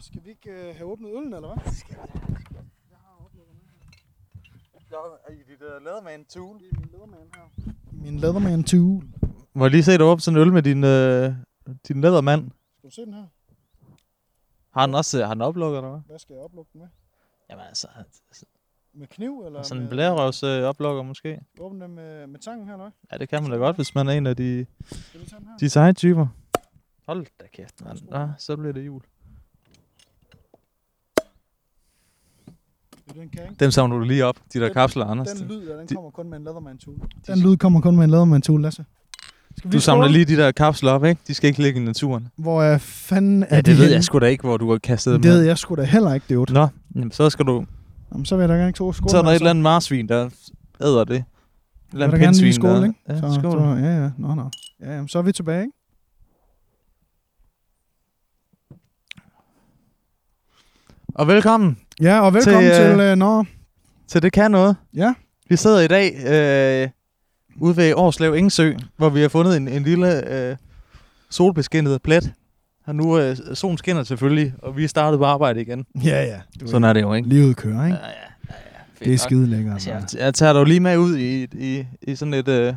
Skal vi ikke øh, have åbnet øllen, eller hvad? Jeg er i dit uh, ladermand tool. Det er min ledermand her. Min ledermand tool. Må jeg lige se dig åbne sådan en øl med din, øh, din lædermand? Skal du se den her? Har den også øh, har den oplukket, eller hvad? Hvad skal jeg oplukke den med? Jamen altså, Med kniv, eller sådan en med, blærerøvs øh, oplukker måske. Åbne den med, med tangen her, eller hvad? Ja, det kan man da godt, hvis man er en af de, Skal vi tage den her? de seje typer. Hold da kæft, mand. Nå, så bliver det jul. Det er den kan, ikke? Dem samler du lige op, de der Den- kapsler, Anders. Den lyd, ja, den de- kommer kun med en leatherman tool. De- Den lyd kommer kun med en leatherman tool, Lasse. Skal Du samler skåle? lige de der kapsler op, ikke? De skal ikke ligge i naturen. Hvor er fanden er Ja, de det ved henne? jeg sgu da ikke, hvor du har kastet dem. Det ved hen. jeg sgu da heller ikke, det er Nå, jamen, så skal du... Jamen, så vil jeg da gerne ikke to skål. Så er der med, et eller andet marsvin, der æder det. Jeg Et eller vil andet da gerne lige pindsvin, skåle, der... ikke? Ja, så, skål. Så, ja, ja. Nå, nå. Ja, jamen, så er vi tilbage, ikke? Og velkommen Ja, og velkommen øh, til... til øh, nå, til Det Kan Noget. ja. Vi sidder i dag øh, ude ved Årslev Engsø, hvor vi har fundet en, en lille øh, solbeskinnet plet. Og nu øh, solen skinner selvfølgelig, og vi er startet på arbejde igen. Ja, ja. Du Sådan er det jo, ikke? Livet kører, ikke? ja, ja. det er skide lækkert. Altså, Altså. jeg, jeg tager dig jo lige med ud i, i, i sådan et øh,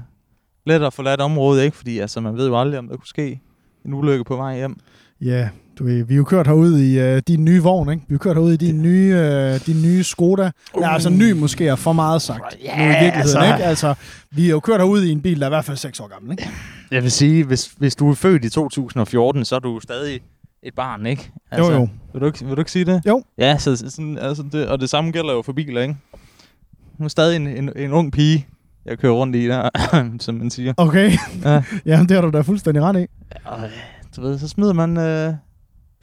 let og forladt område, ikke? Fordi altså, man ved jo aldrig, om der kunne ske en ulykke på vej hjem. Ja, du ved, vi er jo kørt herud i øh, din nye vogn, ikke? Vi er jo kørt herud i din nye, øh, din nye Skoda. Uh. Ja, altså ny måske er for meget sagt. Ja, nu i virkeligheden, altså. ikke? Altså, vi er jo kørt herud i en bil, der er i hvert fald 6 år gammel, ikke? Jeg vil sige, hvis, hvis du er født i 2014, så er du stadig et barn, ikke? Altså, jo. Vil du ikke, vil du ikke sige det? Jo. Ja, så sådan, altså det, og det samme gælder jo for biler, ikke? Hun er stadig en, en, en ung pige, jeg kører rundt i der, som man siger. Okay. Ja. Ja. Jamen, det har du da fuldstændig ret i. Og, øh, du ved, så smider man... Øh,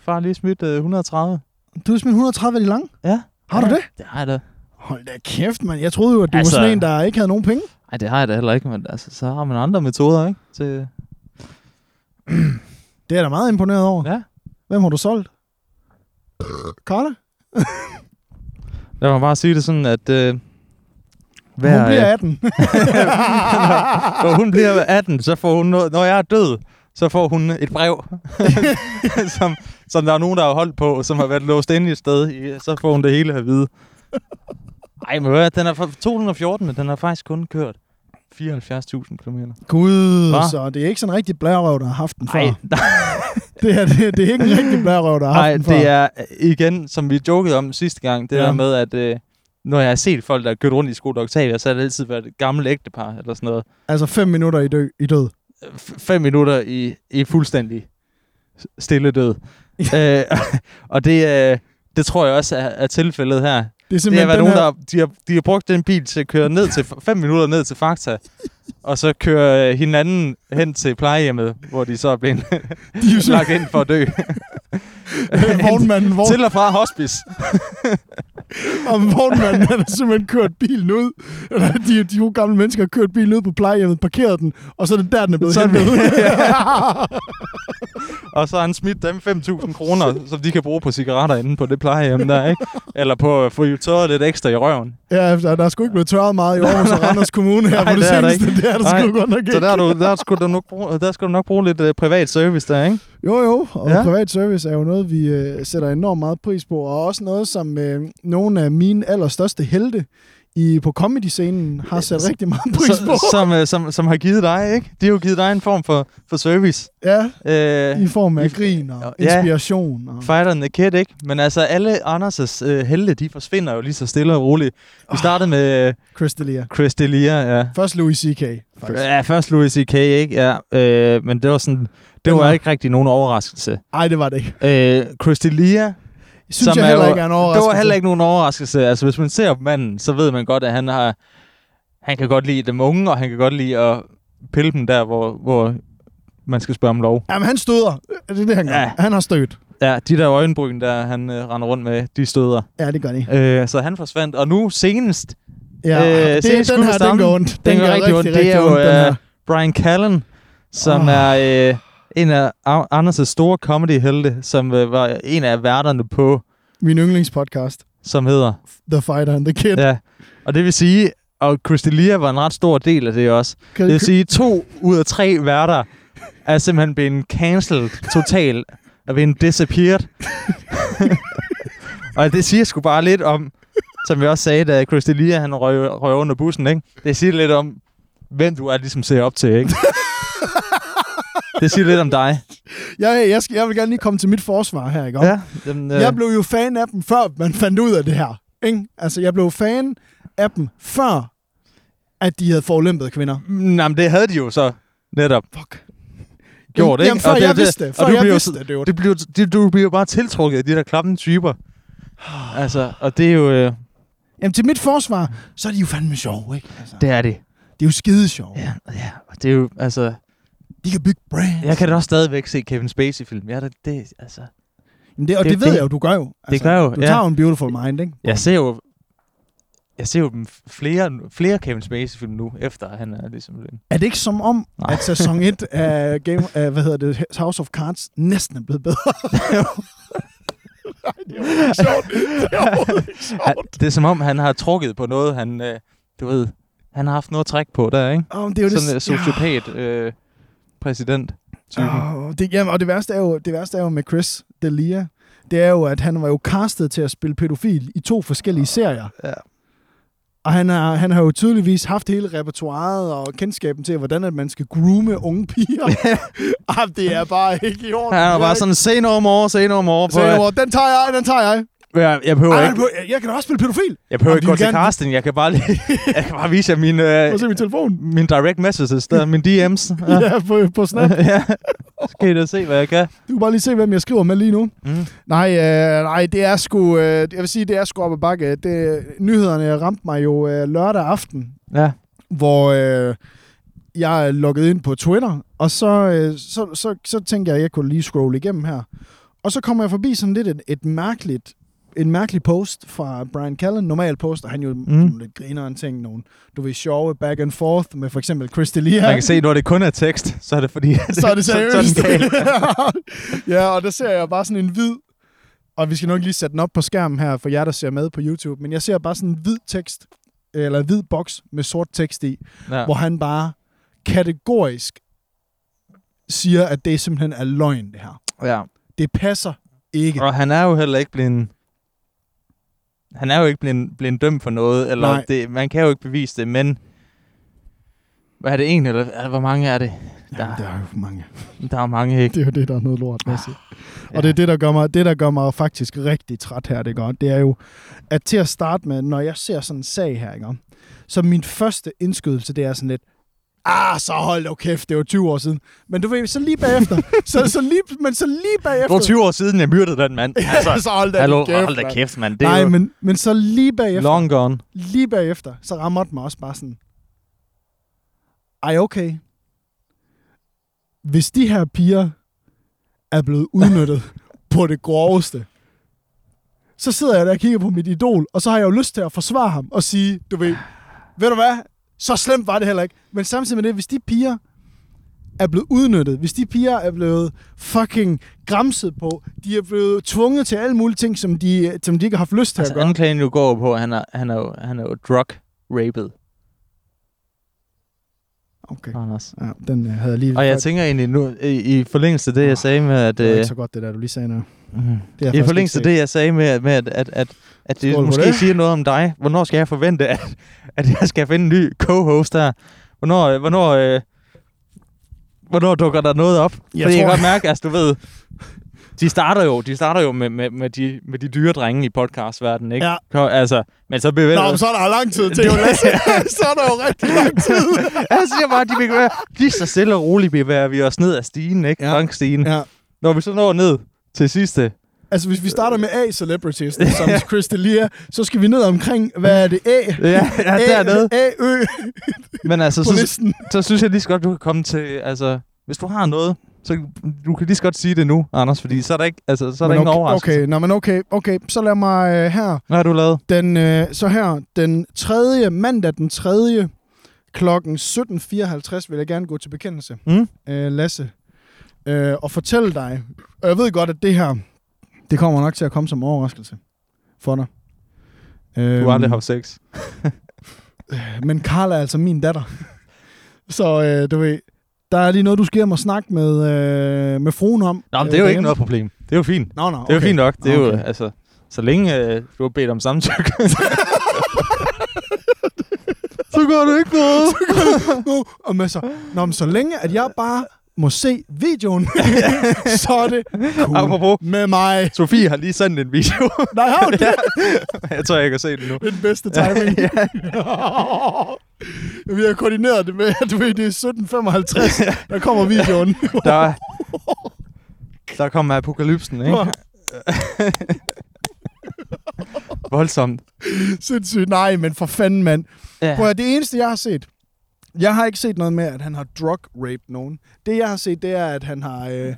far lige smidt øh, 130. Du er smidt 130 af de lange. Ja. Har du Ja, det? Det har jeg da. Hold da kæft, mand. Jeg troede jo, at du altså... Altså- var sådan en, der ikke havde nogen penge. Nej, det har jeg da heller ikke, men altså, så har man andre metoder, ikke? Til, Det er jeg da meget imponeret over. ja. Hvem har du solgt? Carla? Lad mig bare sige det sådan, at... Øh, Hun bliver øh, 18. når hun bliver 18, så får hun noget, når jeg er død, så får hun et brev, som, som der er nogen, der har holdt på, som har været låst inde et sted. i- Så får hun det hele at vide. Ej, men hvad, den er fra 2014, men den har faktisk kun kørt 74.000 km. Gud, Hva? så det er ikke sådan en rigtig blærerøv, der har haft den før. Nej, Det, her, det, det er ikke en rigtig blærerøv, der har Nej, haft den før. det er øh, igen, som vi jokede om sidste gang, det ja. Ja. der med, at øh, når jeg har set folk, der har kørt rundt i Skoda Octavia, så har det altid været et gammelt ægtepar, eller sådan noget. Altså fem minutter i, dø, i død. Øh, f- Fem minutter i, i fuldstændig s- stille død. øh, og det, øh, det tror jeg også er, er tilfældet her. Det er Det har simpelthen været den nogen, her, der, de har, de har brugt den bil til at køre ned til, fem minutter ned til Fakta, og så køre øh, hinanden hen til plejehjemmet, hvor de så er blevet de er jo lagt ind for at dø. simpelthen, vognmanden, vogn, til og fra hospice. og vognmanden han har simpelthen kørt bilen ud. Eller de, de jo gamle mennesker har kørt bilen ud på plejehjemmet, parkeret den, og så er det der, den er blevet Så er den- hentet. Og så har han smidt dem 5.000 kroner, som de kan bruge på cigaretter inde på det plejehjem der, ikke? Eller på at få tørret lidt ekstra i røven. ja, der, der er sgu ikke blevet tørret meget i Aarhus og Randers Kommune her Nej, på det, det er der seneste. Det er der Nej. sgu godt nok Så ikke. der, er du, der, skulle du nok bruge, der skulle du nok bruge lidt uh, privat service der, ikke? Jo, jo, og Ja. ja. privat service er jo noget, vi øh, sætter enormt meget pris på, og også noget, som øh, nogle af mine allerstørste helte i, på comedy-scenen har sat så- rigtig meget pris på. Så, som, uh, som, som har givet dig, ikke? De har jo givet dig en form for, for service. Ja, Uh, I form af I- grin og Ja. inspiration. Og... Fighter and the Kid, ikke? Men altså, alle Anders' uh, helte, de forsvinder jo lige så stille og roligt. Vi startede med uh, Chris D'Elia. Chris D'Elia, ja. Først Louis C.K. faktisk. Ja, først Louis C.K., ikke? Ja, øh, men det var sådan... Det Den var var- ikke rigtig nogen overraskelse. Ej, det var det ikke. Øh, Chris D'Elia, Synes jeg heller ikke er en Det overraskelse. var heller ikke nogen overraskelse. Altså, hvis man ser manden, så ved man godt, at han har... Han kan godt lide dem unge, og han kan godt lide at pille dem der, hvor, hvor man skal spørge om lov. Jamen, han støder. Det er det, han gør. Ja. Ja. Han har stødt. Ja, de der øjenbryn, der han øh, render rundt med, de støder. Ja, det gør de. Øh, så han forsvandt, og nu senest... Ja, Øh, det, se, det, den skud her, på den stammen. går ondt. Den, gør gør rigtig, ondt. Det rigtig er jo ondt, den her. øh, Brian Callen, som Åh. er øh, en af Au- Anders' store comedy-helte, som øh, var en af værterne på, Min yndlingspodcast, som hedder The Fighter and the Kid. Ja, og det vil sige, og Crystalia var en ret stor del af det også. Kan- Det vil sige, to ud af tre værter er simpelthen blevet cancelled totalt og blevet disappeared. og det siger sgu bare lidt om, som vi også sagde, da Chris D'Elia, han røg, røg under bussen, ikke? Det siger lidt om, hvem du er, ligesom ser op til, ikke? det siger lidt om dig. Jeg, jeg, skal, jeg vil gerne lige komme til mit forsvar her, ikke? Ja, jamen, øh, Jeg blev jo fan af dem, før man fandt ud af det her. Ikke? Altså, jeg blev fan af dem, før at de havde forlæmpet kvinder. nej, men det havde de jo så netop Fuck. gjort, ikke? Jamen, før Og det er jeg det- vidste det. og Før du jeg bliver jo vidste så- det, det var Det bliver, det, du bliver jo bare tiltrukket af de der klamme typer. Altså, og det er jo... Øh, Jamen, til mit forsvar, så er de jo fandme sjove, ikke? Altså, det er det. de er jo skide sjove. Ja, ja, og det er jo... Altså, De kan bygge brands. jeg kan da også stadigvæk se Kevin Spacey-film. Ja, det, det, altså, Jamen, det, og det, det- det ved det- jeg jo, du gør jo. Altså, gør jeg jo, Du ja. tager jo en beautiful mind, ikke? jeg ser jo... Jeg ser jo dem flere, flere Kevin Spacey-film nu, efter han er ligesom... Er det ikke som om, Nej. Nej. at sæson 1 af, Game, af hvad hedder det, House of Cards næsten er blevet bedre? Nej, det er overhovedet ikke sjovt. Det er overhovedet ikke Han, sjovt. det er som om, han har trukket på noget, han... Øh, du ved, han har haft noget at trække på der, ikke? Oh, det er jo Sådan en det, ja. Ah. sociopat øh, præsident. Oh. Åh, det, jamen, og det værste, er jo, det værste er jo med Chris D'Elia, det er jo, at han var jo castet til at spille pædofil i to forskellige serier. Ja. Og han har, han har jo tydeligvis haft hele repertoireet og kendskaben til, hvordan at man skal groome unge piger. ah, det er bare ikke i orden. Han er bare sådan, se no more, se no more. Så jeg, den tager jeg, den tager jeg. jeg, jeg behøver Ej, ikke... jeg, jeg kan da også spille pædofil. Jeg behøver Jamen, vi ikke gå vil til gerne- casting, jeg kan bare, lige, jeg kan bare vise jer min, øh, Prøv at se min telefon. min direct messages, der, min DM's. Ja. Ja, på, på Snap. ja. Så kan I da se, hvad jeg kan. Du kan bare lige se, hvem jeg skriver med lige nu. Mm. Nej, øh, nej, det er sgu, øh, jeg vil sige, det er sgu op ad bakke. Det, nyhederne ramte mig jo øh, lørdag aften, Ja. hvor øh, jeg loggede ind på Twitter, og så, øh, så, så, så tænkte jeg, at jeg kunne lige scrolle igennem her. Og så kommer jeg forbi sådan lidt et, et mærkeligt en mærkelig post fra Brian Callen. Normal poster han jo mm. nogle lidt grineren ting, nogle, du ved, sjove back and forth med for eksempel Chris D'Elia. Man kan se, når det kun er tekst, så er det fordi... så er det seriøst. Så, så er den gal. ja, og der ser jeg bare sådan en hvid, og vi skal nok lige sætte den op på skærmen her for jer, der ser med på YouTube, men jeg ser bare sådan en hvid tekst, eller en hvid boks med sort tekst i, ja. hvor han bare kategorisk siger, at det simpelthen er løgn, det her. ja. Det passer ikke. Og han er jo heller ikke blevet... Han er jo ikke blevet, blevet dømt for noget, eller Nej. det, man kan jo ikke bevise det, men... Hvad er det egentlig, eller, eller hvor mange er det? Jamen, der er jo mange. Der er mange, ikke? Det er jo det, der er noget lort, Ah, med ja. Og det er det, der gør mig, det, der gør mig faktisk rigtig træt her, det godt. Det er jo, at til at starte med, når jeg ser sådan en sag her, ikke? om, så min første indskydelse, det er sådan lidt, ah, så hold dog kæft, det var 20 år siden. Men du ved, så lige bagefter, så, så lige, men så lige Det var bagefter, 20 år siden, jeg myrdede den mand. Altså, så hold da hallo, kæft, hold da mand. kæft, mand. Det er Nej, jo men, men så lige bagefter, long gone. lige bagefter, så rammer det mig også bare sådan, ej okay, hvis de her piger er blevet udnyttet på det groveste, så sidder jeg der og kigger på mit idol, og så har jeg jo lyst til at forsvare ham og sige, du ved, ved du hvad, så slemt var det heller ikke. Men samtidig med det, hvis de piger er blevet udnyttet, hvis de piger er blevet fucking gramset på, de er blevet tvunget til alle mulige ting, som de, som de ikke har haft lyst til at Altså, gøre. anklagen jo går på, at han er, han er, jo, han er jo drug-raped, Okay. Anders. Ja, den øh, havde jeg lige... Og jeg tænker egentlig nu, i, i forlængelse af det, jeg sagde med, at... det var Øh, ikke så godt, det der, du lige sagde nu. mm, Det er I forlængelse af det, jeg sagde med, at- med at, at, at, at det Skål på måske det. siger noget om dig. Hvornår skal jeg forvente, at, at jeg skal finde en ny co-host her? Hvornår, øh, hvornår, øh, hvornår dukker der noget op? Jeg Fordi jeg kan tror- godt mærke, altså du ved, de starter jo, de starter jo med, med, med, de, med de dyre drenge i podcastverdenen, ikke? Ja. Ko- Altså, men så bevæger Nå, men så er der jo lang tid til, jo, Lasse. så er der jo rigtig lang tid. Altså, Jeg siger bare, at de bevæger, lige så stille og roligt bevæger vi os ned ad stigen, ikke? Ja. Ja. Bankstigen. Ja. ja. Når vi så når ned til sidste, Altså, hvis vi starter med A-celebrities, som Chris D'Elia, så skal vi ned omkring, hvad er det A? Ja, ja, A, dernede. A, Ø men altså, på så, listen. så synes jeg lige så godt, du kan komme til, altså, hvis du har noget, så du kan lige så godt sige det nu, Anders, fordi så er der ikke, altså, så er der Men ingen okay, overraskelse. Okay, nå, men okay, okay. Så lad mig øh, her, Hvad har du lavet? den, øh, så her, den 3. mandag den 3. klokken 17.54 vil jeg gerne gå til bekendelse. Mm? øh, Lasse, øh, og fortælle dig, og jeg ved godt, at det her, det kommer nok til at komme som overraskelse for dig. Øh, Du har aldrig haft sex. Men Karla er altså min datter. Så øh, du ved, Der er lige noget, du skal hjem og snakke med, øh, med fruen om. Nå, men det er jo øh, ikke noget problem. Det er jo fint. Nå, nå, Det er jo okay. fint nok. Det er Okay. jo, altså, så længe øh, du har bedt om samtykke. så går du ikke noget. nu, og med så, Nå, men så længe, at jeg bare må se videoen, så er det cool Apropos, med mig. Sofie har lige sendt en video. Nej, har hun det? jeg tror, jeg kan se den nu. Det er den bedste timing. ja. Vi har koordineret det med, at du ved, det er 17.55, der kommer videoen. Der, der kommer apokalypsen, ikke? Voldsomt. Sindssygt, nej, men for fanden, mand. Ja. Prøv at, høre, det eneste, jeg har set, jeg har ikke set noget med, at han har drug-raped nogen. Det, jeg har set, det er, at han har, øh,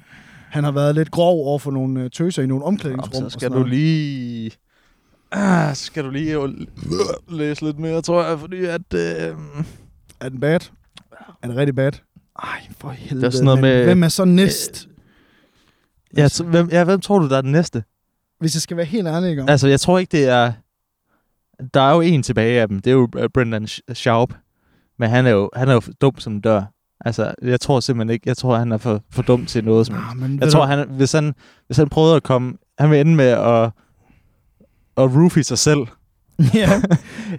han har været lidt grov over for nogle øh, tøser i nogle omklædningsrum. Så og skal sådan du noget. lige... Ah, så skal du lige jo l- læse lidt mere, tror jeg, fordi at... Øh... Er den bad? Er den rigtig bad? Ej, for helvede. sådan noget mand. med- Øh, Hvem er så næst? Ja, så, hvem, ja, hvem tror du, der er den næste? Hvis jeg skal være helt ærlig, ikke? om- Altså, jeg tror ikke, det er... Der er jo en tilbage af dem. Det er jo øh, Brendan Sch- Schaub. Men han er jo, han er jo dum som en dør. Altså, jeg tror simpelthen ikke... Jeg tror, han er for, for dum til noget som Ah, men, ved Jeg du- tror, han, hvis, han, hvis han prøvede at komme... Han vil ende med at, at roofie sig selv, ja.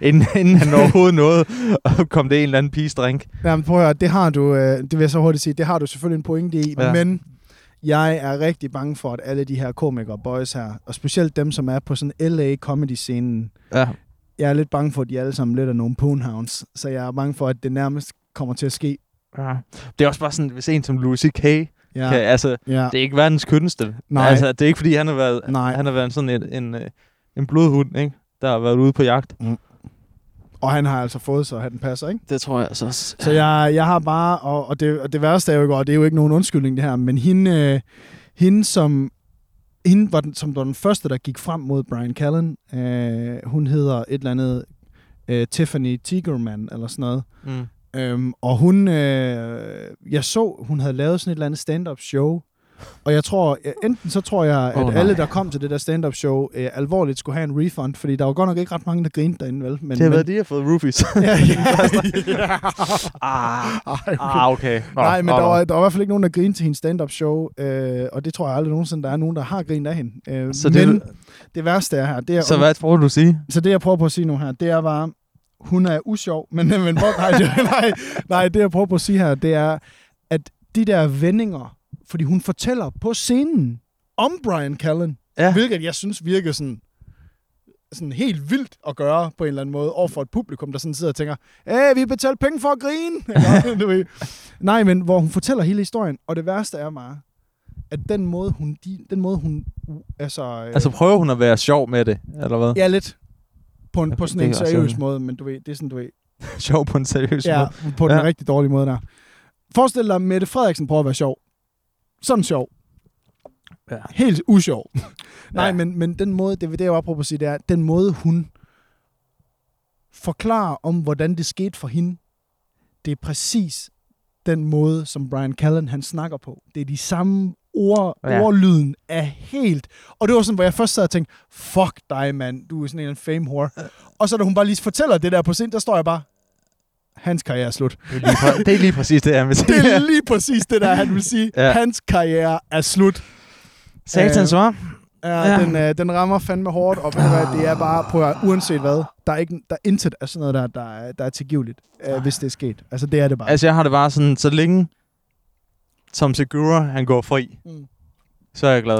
inden, inden han overhovedet nåede at komme det en eller anden pigestrink. Jamen, prøv at høre, det har du, øh, det vil jeg så hurtigt sige, det har du selvfølgelig en pointe i, ja. Ja. men jeg er rigtig bange for, at alle de her komikere boys her, og specielt dem, som er på sådan LA comedy-scenen, Ja. jeg er lidt bange for, at de alle sammen lidt er nogle poonhounds, så jeg er bange for, at det nærmest kommer til at ske. ja. Det er også bare sådan, hvis en som Louis C.K. Ja. Ja, Kan, altså, ja. det er ikke verdens kønneste. Nej. Altså, det er ikke, fordi han har været, Nej. han har været sådan en, en, øh, en blodhund, ikke? der har været ude på jagt. Og han har altså fået sig, at han passer, ikke? Det tror jeg altså også. Så jeg, jeg har bare, og, og, det, og det værste er jo ikke, og det er jo ikke nogen undskyldning det her, men hende, øh, hende som hende var den, som var den første, der gik frem mod Brian Callen, øh, hun hedder et eller andet øh, Tiffany Tigerman eller sådan noget. Mm. Øhm, og hun, øh, jeg så, hun havde lavet sådan et eller andet stand-up show, og jeg tror, jeg- enten så tror jeg, at Åh, oh, nej. alle, der kom til det der stand-up show, øh, alvorligt skulle have en refund, fordi der var godt nok ikke ret mange, der grinede derinde, vel? Men, Det har men, været, de har fået roofies. ja, ja, ah, ja. ah, okay. Nå, Nej, men nå, der nå. var, der var i hvert fald ikke nogen, der grinede til hendes stand-up show, øh, og det tror jeg aldrig nogensinde, der er nogen, der har grinet af hende. Øh, Så så det, det- men det værste er her, det er, Så hvad tror du sige? så det jeg prøver på at sige nu her, det er bare, hun er usjov, men, men hvor- nej, det, nej, nej, det jeg prøver på at sige her, det er, at de der vendinger, fordi hun fortæller på scenen om Brian Callen, Ja. hvilket jeg synes virker sådan sådan helt vildt at gøre på en eller anden måde over for et publikum, der sådan sidder og tænker, Æh, vi betalte penge for at grine. Eller, du ved. Nej, men hvor hun fortæller hele historien, og det værste er bare, at den måde hun, de, den måde hun, u- altså, øh, Altså prøver hun at være sjov med det, eller hvad? Ja, lidt. På, en, på sådan det en er også seriøs sådan. måde, men du ved, det er sådan, du ved. sjov på en seriøs Ja, måde. på den Ja. rigtig dårlige måde der. Forestil dig, Mette Frederiksen prøver at være sjov. Sådan sjov. Ja. Helt usjov. Nej, Ja. men, men den måde, det var det, jeg var på at sige, det er, den måde, hun forklarer om, hvordan det skete for hende, det er præcis den måde, som Brian Callen, han snakker på. Det er de samme ord, ja. Ja. ordlyden er helt... Og det var sådan, hvor jeg først sad og tænkte, fuck dig, mand, du er sådan en eller anden fame whore. Og så da hun bare lige fortæller det der på scenen, der står jeg bare, hans karriere er slut. Det, er lige præ- det er lige præcis det, jeg vil sige. Det er lige præcis det der, han vil sige. ja. Ja. Hans karriere er slut. Satans, var. Ja, ja. Ja. Den, øh, den rammer fandme hårdt, og ved du hvad, det er bare, på uanset hvad, der er, ikke, der er intet af sådan noget der, der, er- der er tilgiveligt, øh, hvis det er sket. Altså, det er det bare. Altså, jeg har det bare sådan, så længe Tom Segura, han går fri, Mm. mm. så er jeg glad.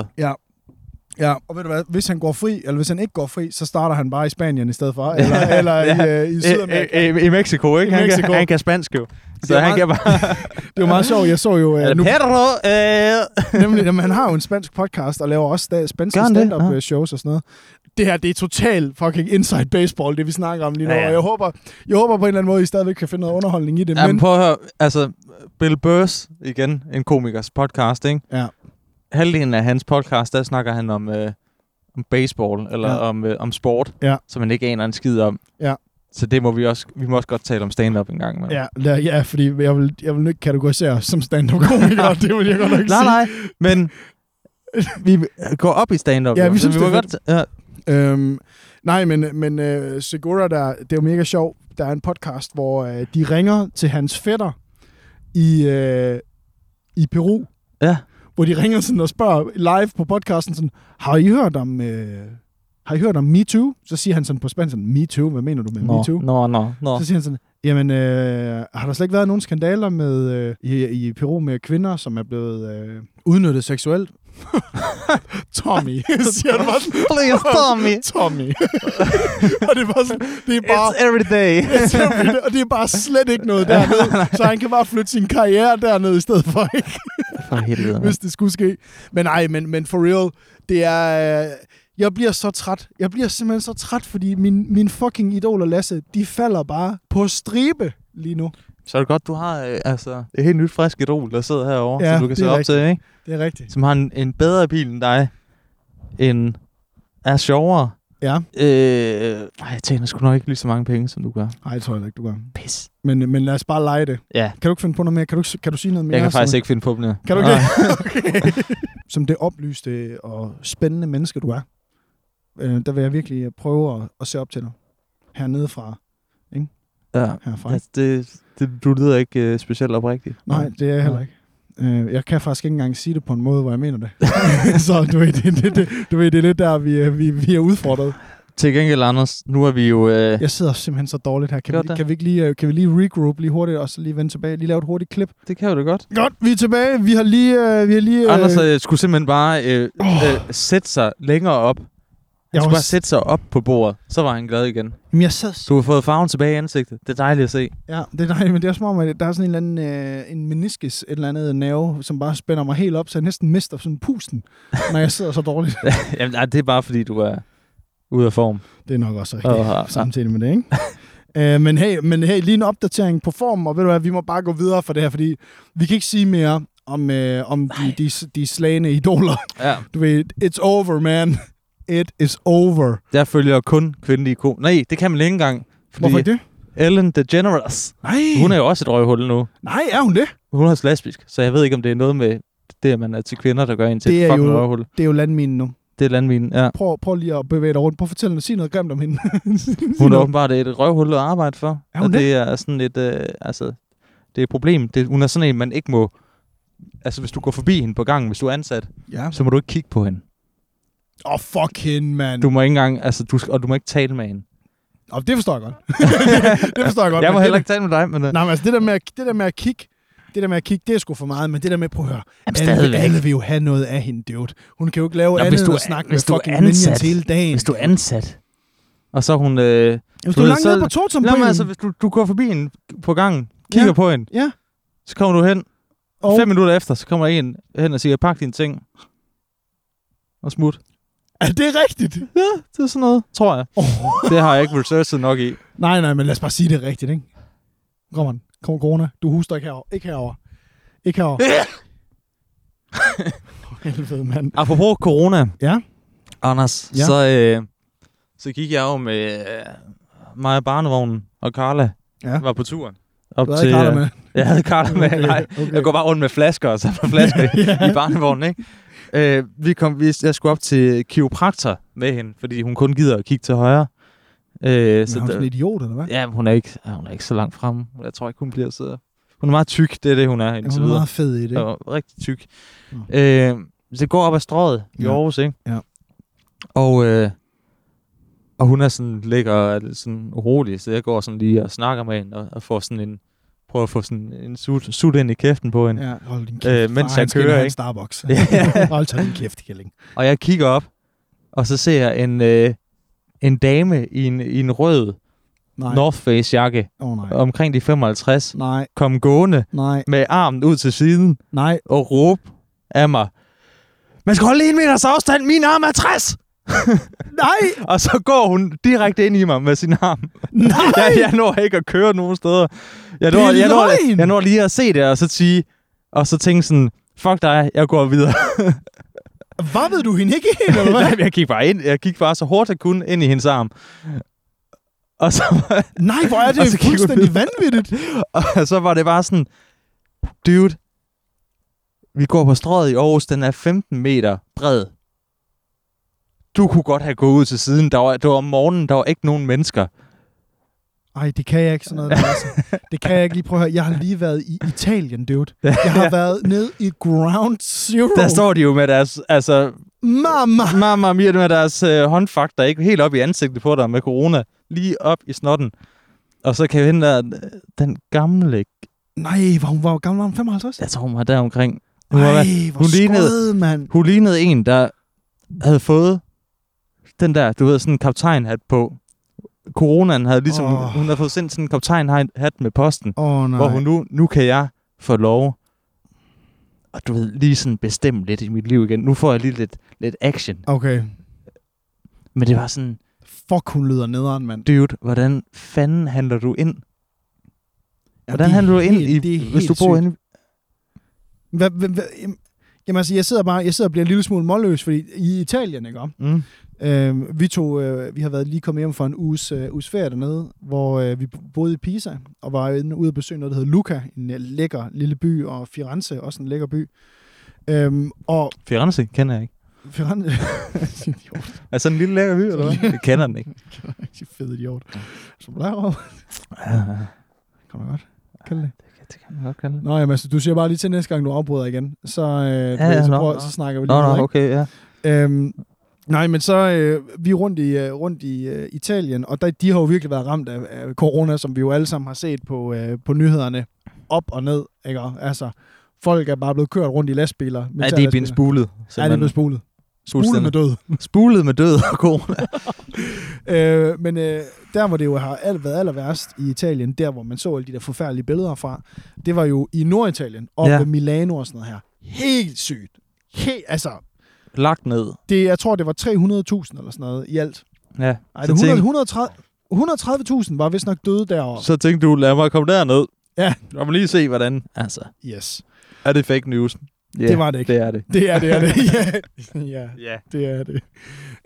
Ja, og ved du hvad, hvis han går fri, eller hvis han ikke går fri, så starter han bare i Spanien i stedet for, eller, ja. eller i, øh, i Sydamerika. I, i, i Mexico, ikke? I han, Mexico. Kan, han kan spansk jo. Så er han meget- kan bare... Det var meget sjovt, jeg så jo... Øh, nu, Eller Pedro! Øh. nemlig, jamen, han har jo en spansk podcast, og laver også sta- spanske Gør han det? stand-up Ja. ja. shows og sådan noget. Det her, det er totalt fucking inside baseball, det vi snakker om lige nu, ja, Ja, ja. ja. og jeg håber, jeg håber på en eller anden måde, I stadigvæk kan finde noget underholdning i det, Jamen, men... prøv at høre. Altså, Bill Burrs, igen, en komikers podcast, ikke? Ja. Halvdelen af hans podcast, der snakker han om, øh, om baseball, eller Ja. ja. om, øh, om sport, Ja. som han ikke aner en skid om. Ja. Så det må vi også... Vi må også godt tale om stand-up en gang. imellem. Ja, la- ja, fordi jeg vil, jeg vil ikke kategorisere os som stand-up-komiker, det vil jeg godt nok ikke Nej, sige. nej, men vi går op i stand-up. Ja, jo, vi så synes, må det er godt, ja, Øhm, nej, men, men øh, Segura, der, det er jo mega sjovt. Der er en podcast, hvor øh, de ringer til hans fætter, i, øh, i Peru, Ja. hvor de ringer sådan og spørger live på podcasten sådan, har I hørt om, øh, har I hørt om Me Too? Så siger han sådan på spansk sådan, Me Too, hvad mener du med Me Too? nå, nå, nå. Så siger han sådan, jamen, øh, har der slet ikke været nogen skandaler med, øh, i, i Peru med kvinder, som er blevet øh, udnyttet seksuelt? Tommy, siger han bare sådan, Please, Tommy. Tommy. og det er bare sådan, det er bare... It's every day. Yes, jamen, og det er bare slet ikke noget dernede, så han kan bare flytte sin karriere dernede i stedet for, ikke? For helvede. mand. hvis det skulle ske. Men nej, men, men for real, det er... øh, Jeg bliver så træt. Jeg bliver simpelthen så træt, fordi min, min fucking idoler Lasse, de falder bare på stribe lige nu. Så er det godt, du har øh, altså, et helt nyt frisk idol, der sidder herovre, Ja, ja, som du kan det er se op rigtigt. til, ikke? Det er rigtigt. Som har en, en bedre bil end dig, en er sjovere. Ja. Øh, ej, jeg tjener sgu nok ikke lige så mange penge, som du gør. Nej, det tror jeg ikke, du gør. Pis. Men, men lad os bare lege det. Ja, Kan du ikke finde på noget mere? Kan du, ikke- kan du sige noget mere? jeg kan faktisk som, ikke finde på dem mere. Kan du ikke Nej. Som det oplyste og spændende menneske, du er, øh, der vil jeg virkelig prøve at, at se op til dig. Hernede fra. Ja, Altså, Herfra. det, det, det, du lyder ikke øh, specielt oprigtigt. Nej, det er jeg heller Nej. ikke. Øh, jeg kan faktisk ikke engang sige det på en måde, hvor jeg mener det. så du ved, det, det, det, du ved, det er lidt der, vi, er- vi, vi er udfordret. Til gengæld, Anders, nu er vi jo... Øh, Jeg sidder simpelthen så dårligt her. Kan, vi, Gjort lige- det. kan, vi ikke lige, øh, kan vi lige regroup lige hurtigt, og så lige vende tilbage, lige lave et hurtigt klip? Det kan jo da godt. Godt, vi er tilbage. Vi har lige... Øh, vi har lige øh, Anders øh, skulle simpelthen bare øh, Åh. øh, sætte sig længere op. Han jeg, skulle var, bare sætte sig op på bordet. Så var han glad igen. jamen, jeg sad... Du har fået farven tilbage i ansigtet. Det er dejligt at se. Ja, det er dejligt, men det er som om, at der er sådan en eller anden øh, en meniskes, et eller andet nerve, som bare spænder mig helt op, så jeg næsten mister sådan pusten, når jeg sidder så dårligt. Jamen, nej, det er bare fordi, du er ude af form. Det er nok også rigtigt. Og har- samtidig med det, ikke? øh, men, hey, men hey, lige en opdatering på formen, og ved du hvad, vi må bare gå videre for det her, fordi vi kan ikke sige mere om, øh, om de, de, de slagende idoler. Ja. Du ved, it's over, man. It is over. Der følger kun kvindelige ko. Nej, det kan man ikke engang. Fordi Hvorfor det? Ellen DeGeneres, Nej, hun er jo også et røghul nu. nej, er hun det? Hun er også lesbisk, så jeg ved ikke, om det er noget med det, at man er til kvinder, der gør en til Det et er fucking jo- røghul. Det er jo landminen nu. Det er landminen, ja. Prøv, prøv lige at bevæge dig rundt. Prøv at fortælle noget, sige noget grimt om hende. Hun er åbenbart et røvhul at arbejde for. Er hun og det er sådan et, øh, altså, det er et problem. Det, hun er sådan en, man ikke må... Altså, hvis du går forbi hende på gangen, hvis du er ansat, Ja. så må du ikke kigge på hende. Åh, oh, fuck hende, mand. Du må ikke engang, altså, du, skal- og du må ikke tale med hende. Oh, det forstår jeg godt. det forstår jeg godt. Jeg men må det heller der- ikke tale med dig, men... Øh, Nej, men altså, det der med, at, det der med at kigge, det der med at kigge, det er sgu for meget, men det der med, prøv at høre, Jamen, alle, stadigvæk. alle vil jo have noget af hende, dude. Hun kan jo ikke lave Nå, Nå, andet hvis du, du end at er- snakke med hvis du er fucking ansat. minions hele dagen. hvis du er ansat. Og så er hun... Øh, hvis du du er ved, langt så- nede på tortum Nå, på men hende, altså, hvis du, du går forbi hende på gangen, kigger Ja. på hende, Ja. så kommer du hen. og Og... Fem minutter efter, så kommer der en hen og siger, pak dine ting. Og smut. er det rigtigt? Ja, det er sådan noget, tror jeg. Oh. Det har jeg ikke researchet nok i. Nej, nej, men lad os bare sige det er rigtigt, ikke? Kom on, kom corona, du husker ikke herover, ikke herover, ikke herover. For Helvede, mand. Apropos corona. Ja. Anders, Ja. ja. så, øh, så gik jeg jo med øh, mig og barnevognen og Carla. Ja. Var på turen. Op Du havde ikke klaret øh, med. Jeg havde Carla med, nej. okay. Jeg går bare rundt med flasker og så med flasker Ja. i barnevognen, ikke? Øh, vi kom, vi, jeg skulle op til kiropraktor med hende, fordi hun kun gider at kigge til højre. Øh, Men er hun sådan en idiot, eller hvad? ja, men hun er, ikke, ja, hun er ikke så langt fremme. Jeg tror ikke, hun bliver så... Hun er meget tyk, det er det, hun er Ja, indtil hun er videre. meget fed i det. Det var rigtig tyk. Øh, så det går op ad strøget i Ja. Aarhus, ikke? Ja. Og, øh, og hun er sådan lækker og er lidt sådan urolig, så jeg går sådan lige og snakker med hende og, og får sådan en, prøver at få sådan en sut, sut ind i kæften på hende. Ja. Ja, hold din Øh, kæft. Øh, mens jeg han skal ind kører, og have en ikke? Starbucks. Ja. hold så din kæft, Kjelling. Og jeg kigger op, og så ser jeg en, øh, en dame i en, i en rød Nej. Åh, North Face jakke oh, nej. omkring de 55 Nej, komme gående nej, med armen ud til siden nej. og råbe af mig. Man skal holde en meters afstand, min arm er 60! Nej, Og så går hun direkte ind i mig med sin arm. nej. Jeg, jeg når ikke at køre nogen steder. Jeg Det når, er jeg, når, løgn! jeg når lige at se det, og så sige, og så tænke sådan, fuck dig, jeg går videre. Vappede du hende ikke helt, eller hvad? jeg gik bare ind, jeg gik bare så hårdt jeg kunne ind i hendes arm. Og så, nej, hvor er Og det så gik hun fuldstændig vanvittigt. og så var det bare sådan, dude, vi går på strøget i Aarhus, den er 15 meter bred. Du kunne godt have gået ud til siden. Der var, det var om morgenen, der var ikke nogen mennesker. Ej, det kan jeg ikke sådan noget. Der, altså. Det kan jeg ikke lige prøve at høre. Jeg har lige været i Italien, dude. Jeg har været ned i Ground Zero. Der står de jo med deres, altså, Mamma! mamma mia, med deres øh, håndfakt, der er ikke helt op i ansigtet på dig med corona, lige op i snotten. Og så kan jeg hende der, den gamle, Nej, hvor hun var jo gammel, var hun 55? jeg tror hun var der omkring. Hun, var, Ej, hvor hun lignede- skrød, mand. hun lignede en, der havde fået den der, du ved, sådan en kaptajnhat på. Coronaen havde ligesom, Åh. oh. hun havde fået sendt sådan en kaptajnhat med posten. Åh, oh, nej. hvor hun nu, nu kan jeg få lov og du ved, lige sådan bestemme lidt i mit liv igen. Nu får jeg lige lidt, lidt action. Okay. Men det var sådan, Fuck, hun lyder nederen, mand. dude, hvordan fanden handler du ind? Hvordan det er handler du ind, helt- det i, er hvis du helt bor sygt. inde? Hvad, hvad, hvad, jamen- jamen altså, jeg sidder bare jeg sidder og bliver en lille smule målløs, fordi i Italien, ikke om? Mm. Øh, vi, tog, øh, vi har været lige kommet hjem fra en uges, øh, uges ferie dernede, hvor øh, vi boede i Pisa, og var inde- ude at besøge noget, der hedder Lucca, en øh, lækker lille by, og Firenze, også en lækker by. Øhm, og Firenze kender jeg ikke. Firenze... idiot, Er sådan en lille lækker by, eller hvad? Jeg kender den ikke. de fede idiot. Så blev jeg over. Ja, ja. Kan man godt kalde det. det kan man godt kalde det. Nå, jamen, altså, du siger bare lige til næste gang, du afbryder igen, så, øh, ja, ja, så, nå, prøver, nå. så snakker vi lige Nå, videre, nå, ikke? okay, ja. Øhm, nej, men så øh, vi er rundt i, øh, rundt i øh, Italien, og der, de har jo virkelig været ramt af, af corona, som vi jo alle sammen har set på, øh, på nyhederne, op og ned, ikke? Og Altså, folk er bare blevet kørt rundt i lastbiler. Ja, det er blevet militærlastbiler. spulet. Ja, det er blevet spulet. Spulet med Fuldstændig. død. Spulet med død og corona. Øh, men øh, der, hvor det jo har alt været aller værst i Italien, der, hvor man så alle de der forfærdelige billeder fra, det var jo i Norditalien, og ja. Ja. ved Milano og sådan noget her. Helt sygt. Helt, altså, Lagt ned. det, jeg tror, det var 300.000 eller sådan noget i alt. Ja. Ej, så, det er tænkte, 130 130.000 var vist nok døde derovre. så tænkte du, lad mig komme derned. Ja. Lad mig lige se, hvordan. Altså, Yes. Er det fake news? Yeah, Det var det ikke. Det er det. Det er det, er det. ja. ja, Ja. det er det.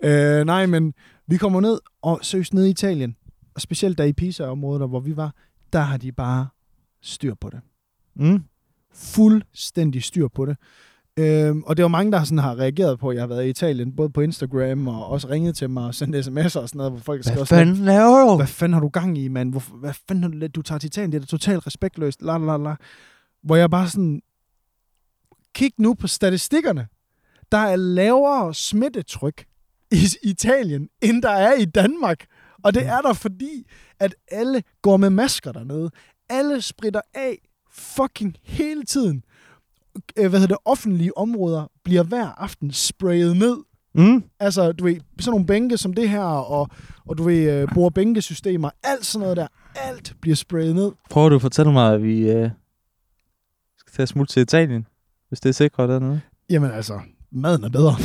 Øh, nej, men vi kommer ned og søges ned i Italien. Og specielt der i Pisa-området, og hvor vi var, der har de bare styr på det. Mm. Fuldstændig styr på det. Øhm, og det er jo mange, der sådan har reageret på, at jeg har været i Italien, både på Instagram og også ringet til mig og sendt sms'er og sådan noget, hvor folk skal Hvad også fanden laver du? hvad fanden har du gang i, mand? Hvorfor, hvad fanden har du, du tager til Italien? Det er da totalt respektløst. La, la, la. Hvor jeg bare sådan... Kig nu på statistikkerne. Der er lavere smittetryk i Italien, end der er i Danmark. Og Mm. det er der fordi, at alle går med masker dernede. Alle spritter af fucking hele tiden. Øh, Hvad hedder det? Offentlige områder bliver hver aften sprayet ned Mm. Altså, du ved, sådan nogle bænke som det her, og, og du ved, øh, bruger bænkesystemer, alt sådan noget der, alt bliver sprayet ned. Prøver du at fortælle mig, at vi øh, skal tage smut til Italien? Hvis det er sikkert dernede. Jamen altså, maden er bedre.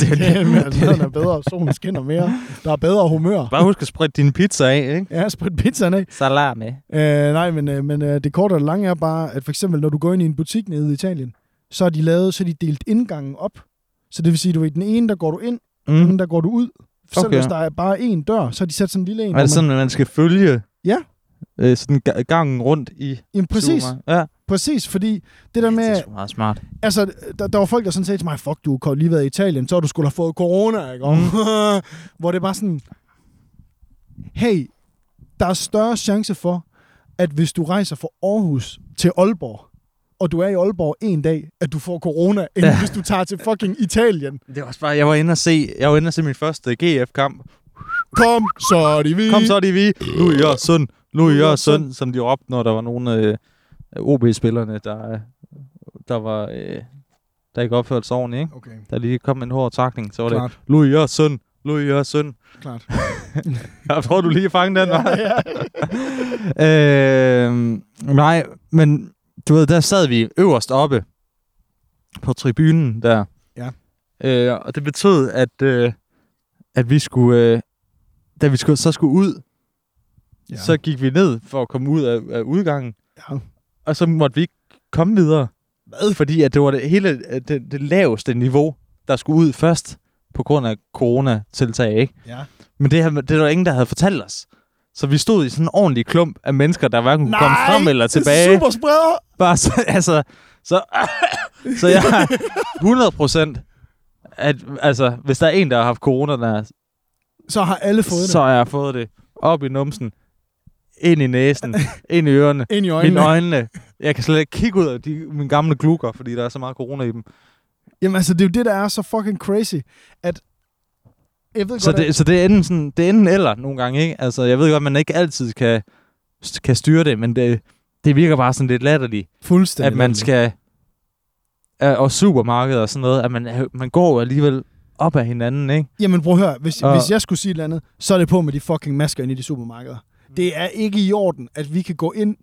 det er det. Jamen, altså, maden er bedre, solen skinner mere, der er bedre humør. Bare husk at spritte din pizza af, ikke? Ja, sprit pizzaen af. Salami. Øh, nej, men, øh, men øh, det korte og det lange er bare, at for eksempel, når du går ind i en butik nede i Italien, så har de lavet, så har de delt indgangen op. Så det vil sige, du ved, den ene, der går du ind, den anden, Mm. der går du ud. Selv Okay. hvis der er bare én dør, så har de sat sådan en lille en. Er det hvor sådan, at man skal følge Ja. øh, sådan ga- gangen rundt i Jamen, præcis, supermarkedet? Ja. præcis, fordi det der med... Det er sgu meget smart. Altså, der, der var folk, der sådan sagde til mig, fuck, du har lige været i Italien, så har du skulle have fået corona, ikke? Og, Mm. hvor det bare sådan, hey, der er større chance for, at hvis du rejser fra Aarhus til Aalborg, og du er i Aalborg en dag, at du får corona, end ja. hvis du tager til fucking Italien. Det var også bare, jeg var inde og se, jeg var inde og se min første GF-kamp. Kom, så er de vi. Kom så, de vi. Louis Jørgensen. Louis Jørgensen, som de råbte, når der var nogle øh, OB-spillerne, der, øh, der var... Øh, der ikke opførte sig ordentligt, ikke? Okay, Der lige kom en hård takning, så var det, klart, Louis Jørgensen, Louis Jørgensen. klart. Jeg tror, du lige fangede den, var. ja. øh, nej, men du ved, der sad vi øverst oppe på tribunen der. Ja. Øh, og det betød, at, øh, at vi skulle, øh, da vi skulle, så skulle ud, Ja. ja. så gik vi ned for at komme ud af, af udgangen, ja. og så måtte vi ikke komme videre. Hvad? Fordi at det var det hele øh, det, det laveste niveau, der skulle ud først på grund af corona-tiltag, ikke? ja. Men det, her, det var der ingen, der havde fortalt os. Så vi stod i sådan en ordentlig klump af mennesker, der hverken kunne komme frem eller tilbage. super spreder. Bare så, altså, så, så jeg har 100 procent, at altså, hvis der er en, der har haft corona, der, Så har alle fået det. så har jeg fået det op i numsen. ind i næsen, ind i ørerne, Ind i ind i øjnene. øjnene. Jeg kan slet ikke kigge ud af de, mine gamle glukker, fordi der er så meget corona i dem. Jamen altså, det er jo det, der er så fucking crazy, at... Jeg ved Så godt, at- det, så det, er enten sådan, det er enten eller nogle gange, ikke? Altså, jeg ved godt, man ikke altid kan, kan styre det, men det, det virker bare sådan lidt latterligt. fuldstændig at man skal... Ja, Og supermarkeder og sådan noget, at man, øh, man går jo alligevel op af hinanden, ikke? Jamen prøv at høre, hvis, Og- og... hvis jeg skulle sige et eller andet, så er det på med de fucking masker inde i de supermarkeder. Det er ikke i orden, at vi kan gå ind,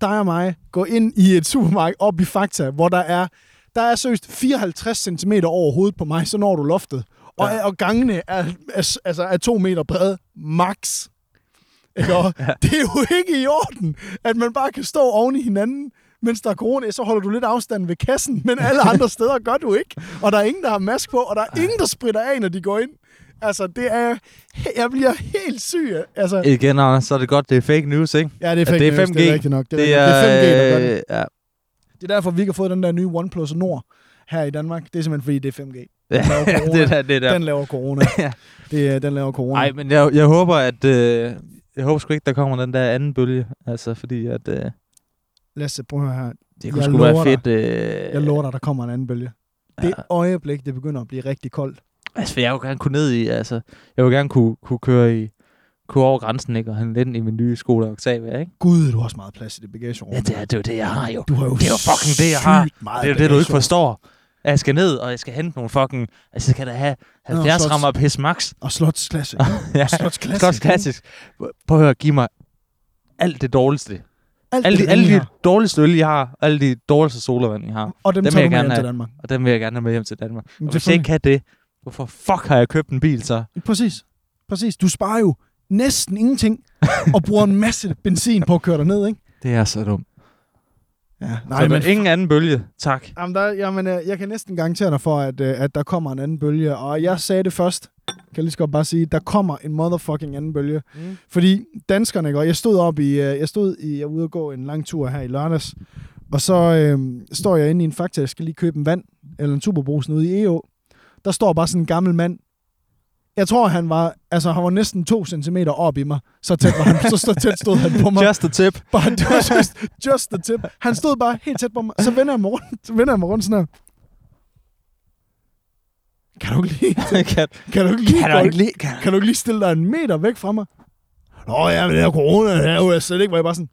dig og mig, gå ind i et supermarked op i Fakta, hvor der er, der er seriøst 54 cm over hovedet på mig, så når du loftet. Og, Ja. ja. og gangene er, er, altså er to meter brede, max. Ikke? Og Det er jo ikke i orden, at man bare kan stå oven i hinanden, mens der er corona, så holder du lidt afstand ved kassen, men alle andre steder gør du ikke. Og der er ingen, der har mask på, og der er ingen, der spritter af, når de går ind. Altså, det er... Jeg bliver helt syg. af- Altså, Igen, Anders, så er det godt, det er fake news, ikke? ja, det er, fake det er news, 5G. Det er rigtigt nok. Det er, det rigtigt. det er 5G, der gør det. øh, ja. Det er derfor, vi ikke har fået den der nye OnePlus Nord her i Danmark. Det er simpelthen, fordi det er 5G. Ja, Den laver corona. det er der, det er der. Den laver corona. Ja. det er, den laver corona. Nej, men jeg, jeg håber, at... Øh, jeg håber sgu ikke, der kommer den der anden bølge. Altså, fordi at... Øh, Lasse, prøv at høre her. det kunne Jeg sgu være lover dig. fedt... Øh, Jeg lover dig, der kommer en anden bølge. Det øjeblik, det begynder at blive rigtig koldt. Altså, for jeg vil gerne kunne ned i... Altså, jeg vil gerne kunne, kunne køre i... Kunne over grænsen, ikke? Og handle ind i min nye skole og Octavia, ikke? Gud, du har også meget plads i det bagagerum. Ja, det er, det er jo det, jeg har jo. Du har jo Det er jo fucking det, jeg har. sygt Meget Det er jo det, du ikke bagagerum. forstår. At jeg skal ned, og jeg skal hente nogle fucking... Altså, jeg skal da have 70 slots. rammer pis max. Og slotsklasse. ja, Og slotsklasse. godt klassisk. Prøv at høre, giv mig alt det dårligste. Alt Alle det, de, alle ringe de dårligste øl, jeg har. Alle de dårligste solvand, jeg har. her. Og dem, dem vil tager jeg du med gerne hjem til have. Danmark. Og dem vil jeg gerne have med hjem til Danmark. Men Og hvis jeg ikke kan det, hvorfor fuck har jeg købt en bil så? Præcis. Præcis. Du sparer jo næsten ingenting og bruger en masse benzin på at køre dig ned, ikke? Det er så dumt. Ja. Nej, så men ingen anden bølge, tak. Jamen, der, jamen, øh, jeg kan næsten garantere dig for, at, øh, at der kommer en anden bølge. Og jeg sagde det først, kan jeg lige så godt bare sige, der kommer en motherfucking anden bølge. Mm. Fordi danskerne, ikke? Og jeg stod op i, øh, jeg stod i, jeg var ude at gå en lang tur her i lørdags, og så øh, står jeg inde i en fakta, jeg skal lige købe en vand, eller en superbrusen ude i EO. Der står bare sådan en gammel mand. Jeg tror, han var, altså, han var næsten to centimeter op i mig. Så tæt, var han, så, så tæt stod han på mig. Just a tip. Bare, det var just, just the tip. Han stod bare helt tæt på mig. Så vender jeg mig rundt, så vender jeg mig rundt sådan her. Kan du ikke lige, kan, kan du ikke lige, kan gå- du ikke lide? Kan, kan du ikke lige stille dig en meter væk fra mig? Nå ja, men det her corona, det er jo jeg slet ikke, hvor jeg bare sådan...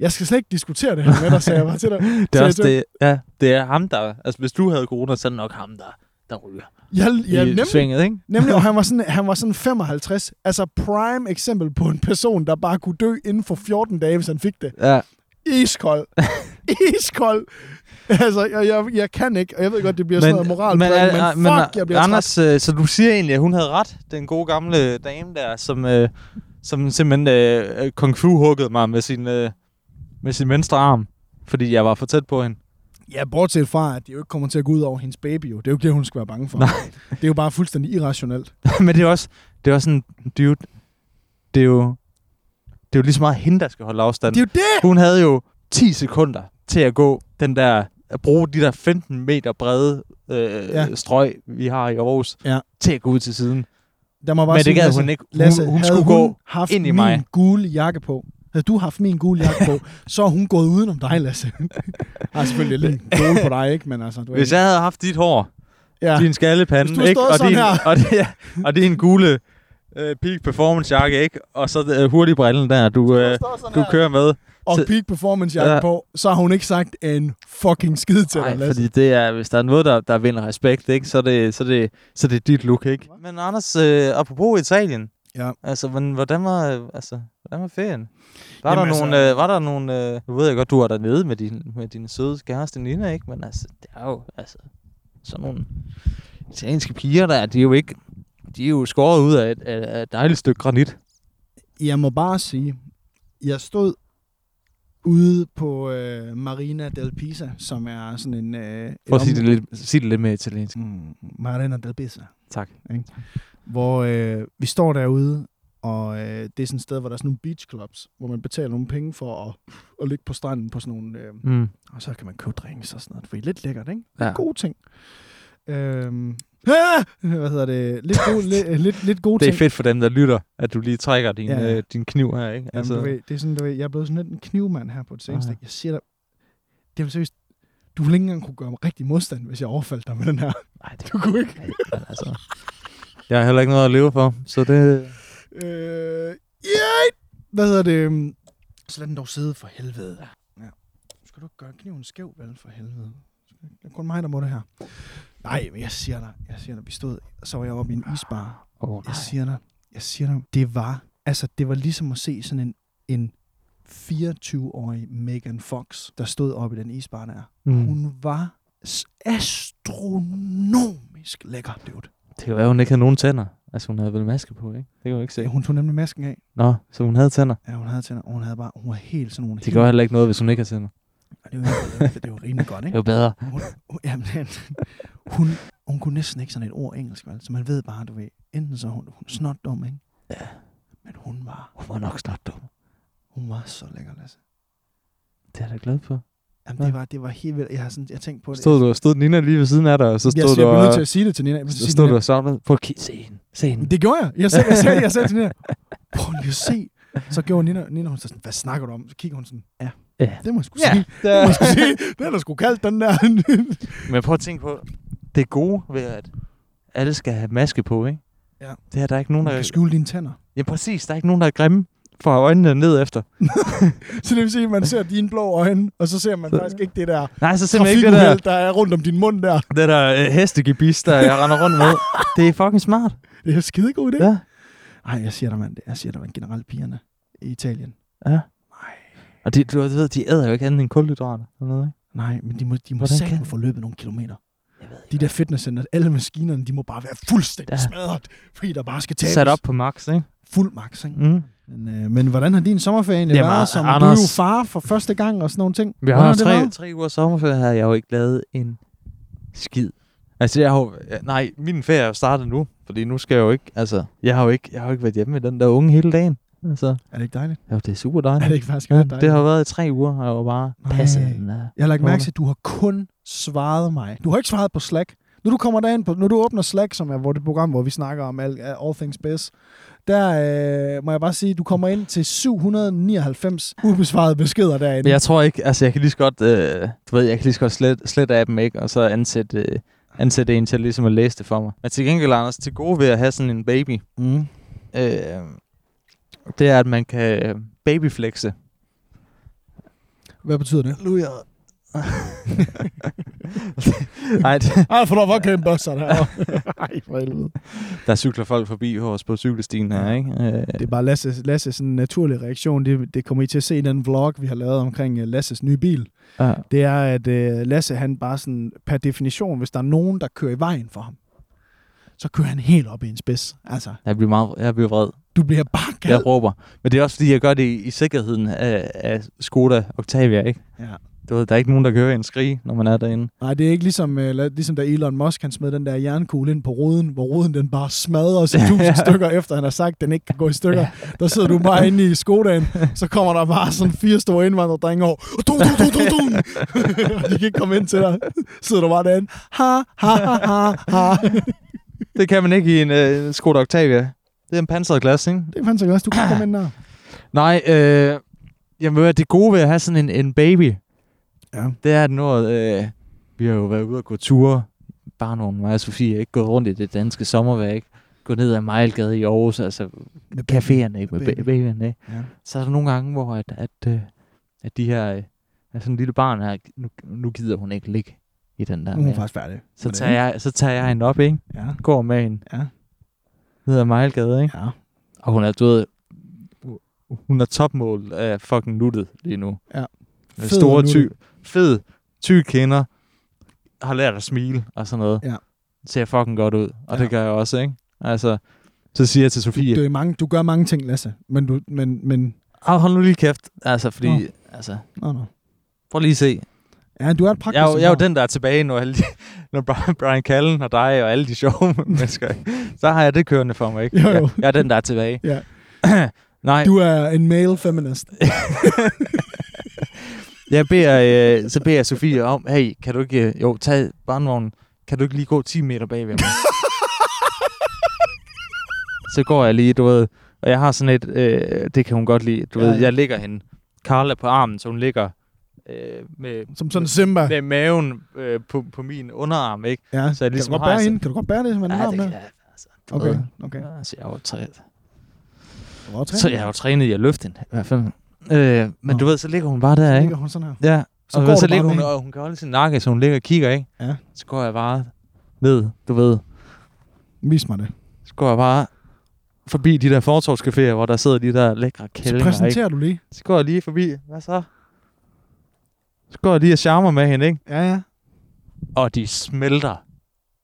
Jeg skal slet ikke diskutere det her med dig, sagde jeg bare til dig. det Så er også jeg- det, ja, det er ham, der... Altså, hvis du havde corona, så er det nok ham, der, der ryger Jeg, jeg, i nemlig, svinget, ikke? nemlig, og han var, sådan, han var sådan 55. Altså prime eksempel på en person, der bare kunne dø inden for 14 dage, hvis han fik det. Ja. Iskold. Iskold. Altså, jeg, jeg, jeg kan ikke, og jeg ved godt, det bliver sådan noget moral, men, ah, men, fuck, jeg bliver Anders... Anders, øh, så du siger egentlig, at hun havde ret, den gode gamle dame der, som, øh, som simpelthen øh, øh, kung fu huggede mig med sin, øh, med sin venstre arm, fordi jeg var for tæt på hende. træt. Ja, bortset fra, at det jo ikke kommer til at gå ud over hendes baby, jo. Det er jo ikke det, hun skal være bange for. Nej. Det er jo bare fuldstændig irrationelt. Men det er også, det er også sådan, dude, det er jo, det er jo lige så meget hende, der skal holde afstand. Det er jo det! Hun havde jo 10 sekunder til at gå den der, at bruge de der 15 meter brede øh, ja. Ja. strøg, vi har i Aarhus, Ja. til at gå ud til siden. Der må bare Men det sige, gad Lasse, hun ikke. Hun- Lasse, hun havde skulle hun gå haft ind i min mig. gule jakke på. Havde du haft min gule jakke på, så er hun gået udenom dig, Lasse. Ej, selvfølgelig lidt gule på dig, ikke? Men altså, du er Hvis jeg havde haft dit hår, ja. din skallepande, Hvis du havde ikke? stået Og, sådan din, her. og, din, og din gule øh, peak performance jakke, ikke? Og så øh, hurtigbrillen der, du, øh, du kører med. og til- peak performance jakke Ja. ja. på, så har hun ikke sagt en fucking skid til dig, Nej, Lasse. fordi det er, hvis der er noget, der, der vinder respekt, ikke? Så, er det, så, er det, så er det dit look, ikke? Men Anders, øh, apropos Italien, Ja. altså, men, hvordan, var, øh, altså, hvordan var ferien? Var, Jamen, der altså- nogle, øh, var der nogle... Øh, nu ved jeg godt, du var dernede med din, med din søde kæreste Nina, ikke? Men altså, det er jo altså, sådan nogle italienske piger, der, de er jo ikke... De er jo skåret ud af et, af af et dejligt stykke granit. Jeg må bare sige, jeg stod ude på øh, Marina del Pisa, som er sådan en... Øh, et For at sige område- det lidt, sige det lidt mere italiensk. Mm, Marina del Pisa. Tak. hvor øh, vi står derude, og øh, det er sådan et sted, hvor der er sådan nogle beachclubs, hvor man betaler nogle penge for at, at ligge på stranden på sådan nogle... Øh, Mm. og så kan man købe drinks og sådan noget, for det er lidt lækkert, ikke? Ja. Ja. God ting. Øhm, ah! hvad hedder det? Lidt gode, lidt, lidt, lidt gode Det er ting. fedt for dem, der lytter, at du lige trækker din, Ja. ja. øh, din kniv her, ikke? Jamen, du ved, det er sådan, du ved, jeg er blevet sådan lidt en knivmand her på det seneste. Ah. Jeg siger dig, det er seriøst, du ville ikke engang kunne gøre mig rigtig modstand, hvis jeg overfaldt dig med den her. nej, det Du kunne ikke. er altså... Jeg har heller ikke noget at leve for, så det... Øh, yeah! Hvad hedder det? Så lad den dog sidde for helvede. Ja. Nu skal du ikke gøre kniven skæv, vel, for helvede. Det er kun mig, der må det her. Nej, men jeg siger dig, jeg siger dig, vi stod, så var jeg oppe i en isbar, Oh, Jeg siger dig, jeg siger dig, det var, altså det var ligesom at se sådan en, en 24-årig Megan Fox, der stod oppe i den isbar der. Mm. mm. Hun var s- astronomisk lækker, dude. Det kan være, hun ikke havde nogen tænder. Altså, hun havde vel maske på, ikke? Det kan man ikke Ja, se. Hun tog nemlig masken af. Nå, så hun havde tænder. Ja, hun havde tænder. og Hun havde bare, hun var helt sådan nogle... Det gør heller ikke noget, hvis hun ikke har tænder. Det var, det var rimelig godt, Det ikke? er jo bedre. Hun, hun, jamen, hun, hun kunne næsten ikke sådan et ord engelsk, vel? Så man ved bare, du ved, enten så er hun, hun snot dum, ikke? Ja. Men hun var, Hun var nok snart dum. hun var så lækker, Lasse. Det er jeg da glad for. Jamen, det var, det var helt vildt. Jeg har sådan, jeg tænkte på det. Stod, du, stod Nina lige ved siden af dig, og så jeg, jeg stod du blev nødt til og, at sige det til Nina. Jeg blev nødt til at så sige stod du det, og savnede. Prøv at kigge. Se hende. Se hende. Nina. Mm. det gjorde jeg. Jeg sagde, jeg sagde, det, jeg sagde til Nina. Prøv lige at se. Så gjorde Nina, Nina hun så sådan, hvad snakker du om? Så kigger hun sådan, ja, Ja. det må jeg sgu Ja. sige. Det må jeg sgu sige. Det er da sgu kaldt, den der. Men prøv at tænke på, det gode ved, at alle skal have maske på, ikke? Ja. Det her, der er ikke nogen, Hun der... kan skjule dine tænder. Ja, præcis. Der er ikke nogen, der er grimme for øjnene ned efter. Så det vil sige, at man ser dine blå øjne, og så ser man Så- faktisk ikke det der Nej, så simpelthen ikke det der, trafikuheld, der er rundt om din mund der. det der øh, hestegibis, der jeg render rundt med. Det er fucking smart. Det er en skidegod idé. Ja. Nej, jeg siger dig, mand. Jeg siger dig, mand. Generelt pigerne i Italien. ja. Og de, du ved, de æder jo ikke andet end kulhydrater. Eller noget, ikke? Nej, men de må, de må Hvordan kan- satan få løbet nogle kilometer. Jeg ved De der fitnesscenter, alle maskinerne, de må bare være fuldstændig Ja. smadret, fordi der bare skal tabes. Sat op på max, ikke? Fuld max, ikke? Mm. Men, øh, men hvordan har din sommerferie egentlig Jamen, været, som Anders. Anders- du er jo far for første gang og sådan nogle ting? Jeg Hvordan har det tre, været? tre uger sommerferie, havde jeg jo ikke lavet en skid. Altså, jeg har jo, nej, min ferie er jo startet nu, fordi nu skal jeg jo ikke, altså, jeg har jo ikke, jeg har jo ikke været hjemme med den der unge hele dagen. Altså, Er det ikke dejligt? jo, det er super Er dejligt. det ikke faktisk Ja, godt dejligt? det har jo været i tre uger, har jeg jo bare Nej. passet den der. Jeg har lagt mærke Hvorfor? til, at du har kun svaret mig. Du har ikke svaret på Slack. Når du kommer derind på, når du åbner Slack, som er hvor det program, hvor vi snakker om all, all things best, der øh, må jeg bare sige, at du kommer ind til 799 ubesvarede beskeder derinde. Men jeg tror ikke, altså jeg kan lige så godt, øh, du ved, jeg kan lige så godt slet, slet af dem, ikke? Og så ansætte, øh, ansætte en til ligesom at læse det for mig. Men til gengæld, Anders, til gode ved at have sådan en baby, Mm. øh, det er, at man kan øh, babyflexe. Hvad betyder det? Luja. Nej, det- Ej, for der var kæmpe bøsser derovre. Ej, for helvede. der cykler folk forbi hos på cykelstien her, ikke? Øh, Det er bare Lasses, Lasses sådan naturlige reaktion. Det, det kommer I til at se i den vlog, vi har lavet omkring øh, Lasses nye bil. ja. Det er, at øh, Lasse han bare sådan per definition, hvis der er nogen, der kører i vejen for ham, så kører han helt op i en spids. Altså, Jeg bliver meget, jeg bliver vred. du bliver bare gal. Jeg råber. Men det er også, fordi jeg gør det i, i sikkerheden af, af Skoda Octavia, ikke? Ja. Du ved, der er ikke nogen, der kan høre en skrige, når man er derinde. Nej, det er ikke ligesom, øh, la- ligesom da Elon Musk han smed den der jernkugle ind på ruden, hvor ruden den bare smadrer sig tusind stykker, efter han har sagt, at den ikke kan gå i stykker. Der sidder du bare inde i Skodaen, så kommer der bare sådan fire store indvandrerdrenge over. Dun, dun, dun, dun, dun. Og De kan ikke komme ind til dig. Sidder du bare derinde. Ha, ha, ha, ha, ha. Det kan man ikke i en øh, Skoda Octavia. Det er en pansret glas, ikke? Det fandt sig også. Du kan komme ind der. Nej, øh, jamen ved du hvad, det gode ved at have sådan en, en baby, Ja. det er, at når øh, vi har jo været ude og gå ture, bare nogle mig og Sofie, ikke gået rundt i det danske sommervejr, ikke? gå ned ad Mejlgade i Aarhus, altså Med caféerne, ikke? Med Baby. ba- babyen, ikke? Ja. Så er der nogle gange, hvor at, at, øh, at de her, øh, at sådan en lille barn her, nu, nu gider hun ikke ligge i den Nu der. er hun mere. faktisk færdig. Så tager, jeg, så tager jeg hende op, ikke? Ja. Går med hende Ja. ned ad Mejlgade, ikke? ja. Og hun er, du ved, hun er topmål af fucking nuttet lige nu. Ja. Med Fed store og nuttet. ty, fed, ty kender, har lært at smile og sådan noget. Ja. Ser fucking godt ud, og Ja. det gør jeg også, ikke? Altså, så siger jeg til Sofie, Du, er mange, du gør mange ting, Lasse. Men du... Men, men "Ah, hold nu lige kæft, altså, fordi, Nå. altså, nå, nå. prøv lige at se. Ja, du er et praktisk. Jeg er, jo, jeg er jo barn. den, der er tilbage, når, alle de, når Brian- Brian Callen og dig og alle de sjove mennesker, så har jeg det kørende for mig, ikke? Jo, jo. Jeg, jeg er den, der er tilbage. Ja. Nej, Du er en male feminist. Jeg beder, øh, så beder jeg Sofie om, hey, kan du ikke, øh, jo, tag barnvognen, kan du ikke lige gå 10 meter bagved mig? så går jeg lige, du ved, og jeg har sådan et, øh, det kan hun godt lide, du Ja, ja, ved, ja. jeg ligger hende. Carla på armen, så hun ligger øh, med, Som sådan en Simba. med maven øh, på, på min underarm, ikke? Ja, så jeg kan du ligesom godt har bære sådan- hende? Kan du godt bære det, som en Ja, arm det med? kan jeg. Altså, du Okay, ved. okay. Ja, Altså, jeg har jo træ- Du var så jeg har jo trænet i at løfte hende, i hvert fald. Øh, men Nå. du ved, så ligger hun bare der, Så ikke? ligger hun sådan her. Ja, Så så, og går ved, så du bare ligger hun, ned. og hun kan holde sin nakke, så hun ligger og kigger, ikke? Ja. Så går jeg bare ned, du ved. Vis mig det. Så går jeg bare forbi de der fortorvscaféer, hvor der sidder de der lækre Så kællinger, ikke? præsenterer du lige. Så går jeg lige forbi. Hvad så? Så går jeg lige og charmer med hende, ikke? Ja, ja. Og de smelter,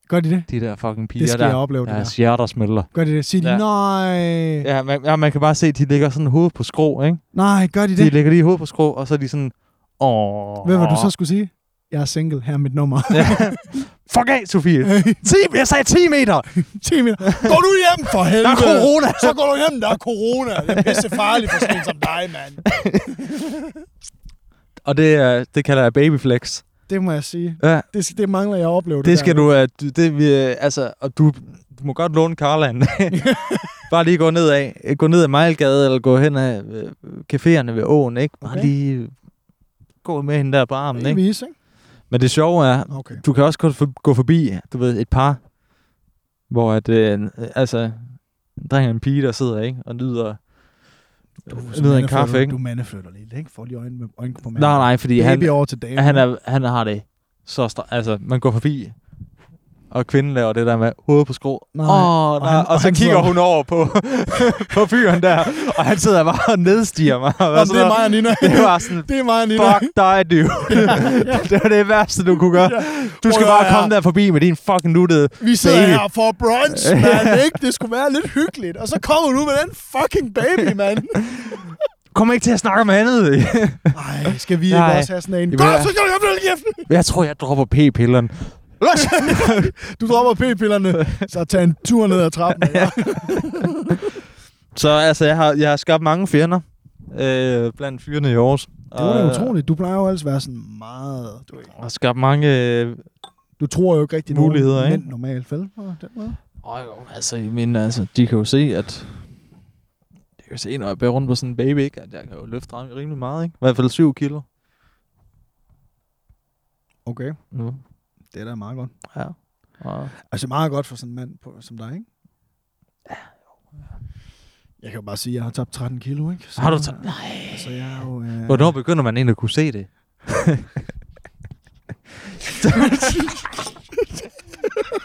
Gør de det? de der fucking piger Det skal der. jeg opleve, det der. Deres hjerter smelter. Gør de det? Siger de, Ja. nej, Ja man, ja, man kan bare se, at de ligger sådan hoved på skrå, ikke? nej, gør de De det? lægger lige hoved på skrå, og så er de sådan... Åh... Hvad var du så skulle sige? Jeg er single, her er mit nummer. Ja. Fuck af, Sofie! 10, jeg sagde 10 meter! 10 minutter. Går du hjem for Der er helvede? corona! Så går du hjem, der er corona. Det er pisse farligt for sådan en som dig, mand. Og det, øh, det kalder jeg babyflex. Det må jeg sige. Ja, Det, skal- det mangler jeg at opleve. det, det skal der. du... øh, du det, vi, øh, altså, og du, du må godt låne Karland. Bare lige gå ned af, gå ned ad Mejlgade, eller gå hen ad øh, caféerne ved åen, ikke? Bare Okay. okay. lige gå med hende der på armen, Det er ikke? vise, ikke? Men det sjove er, Okay. du kan også godt for, gå forbi, du ved, et par, hvor at, øh, altså, en dreng og en pige, der sidder, ikke? Og nyder, øh, nyder en kaffe, ikke? Du mandeflytter lidt, ikke? Får lige øjnene med øjnene på manden. Nej, nej, fordi Baby han, han, over til dame. han, er, han har det så stra- Altså, man går forbi, og kvinden laver det der med hovedet på skrå. Nej. Åh, Og oh, nej. han- Og, og og så han kigger sidder- hun over på, på fyren der, og han sidder bare og nedstiger mig. Nå, Og var det er sådan, mig og Nina. det var sådan, Det er mig og Nina. fuck dig, dude. det var det værste, du kunne gøre. Du skal Prøv at bare høre komme her. der forbi med din fucking nuttede Vi sidder baby. her for brunch, mand, ikke? Det skulle være lidt hyggeligt. Og så kommer du med den fucking baby, mand. Kom ikke til at snakke om andet. Nej, skal vi Nej. ikke også have sådan en? Jamen, Gå, jeg- så kan du have kæft! jeg tror, jeg dropper p-pilleren. Du dropper p-pillerne, så tag en tur ned ad trappen. Ja. Så altså, jeg har, jeg har skabt mange fjender øh, blandt fyrene i Aarhus. Det var da utroligt. Du plejer jo altså at være sådan meget... Du, ved. Og skabt mange... Øh, du tror jo ikke rigtig Muligheder, nogen ikke? mænd normalt, vel? På den måde. Åh, jo, altså, jeg mener, altså, de kan jo se, at... De kan jo se, når jeg bærer rundt på sådan en baby, ikke? At jeg kan jo løfte rim- rimelig meget, ikke? I hvert fald 7 kilo Okay, nu. det er da meget godt. Ja. Og Altså meget godt for sådan en mand på, som dig, ikke? Jeg kan jo bare sige, at jeg har tabt 13 kilo, ikke? Så, har du taget... Nej. Så jeg er jo... Øh... Hvornår begynder man egentlig at kunne se det?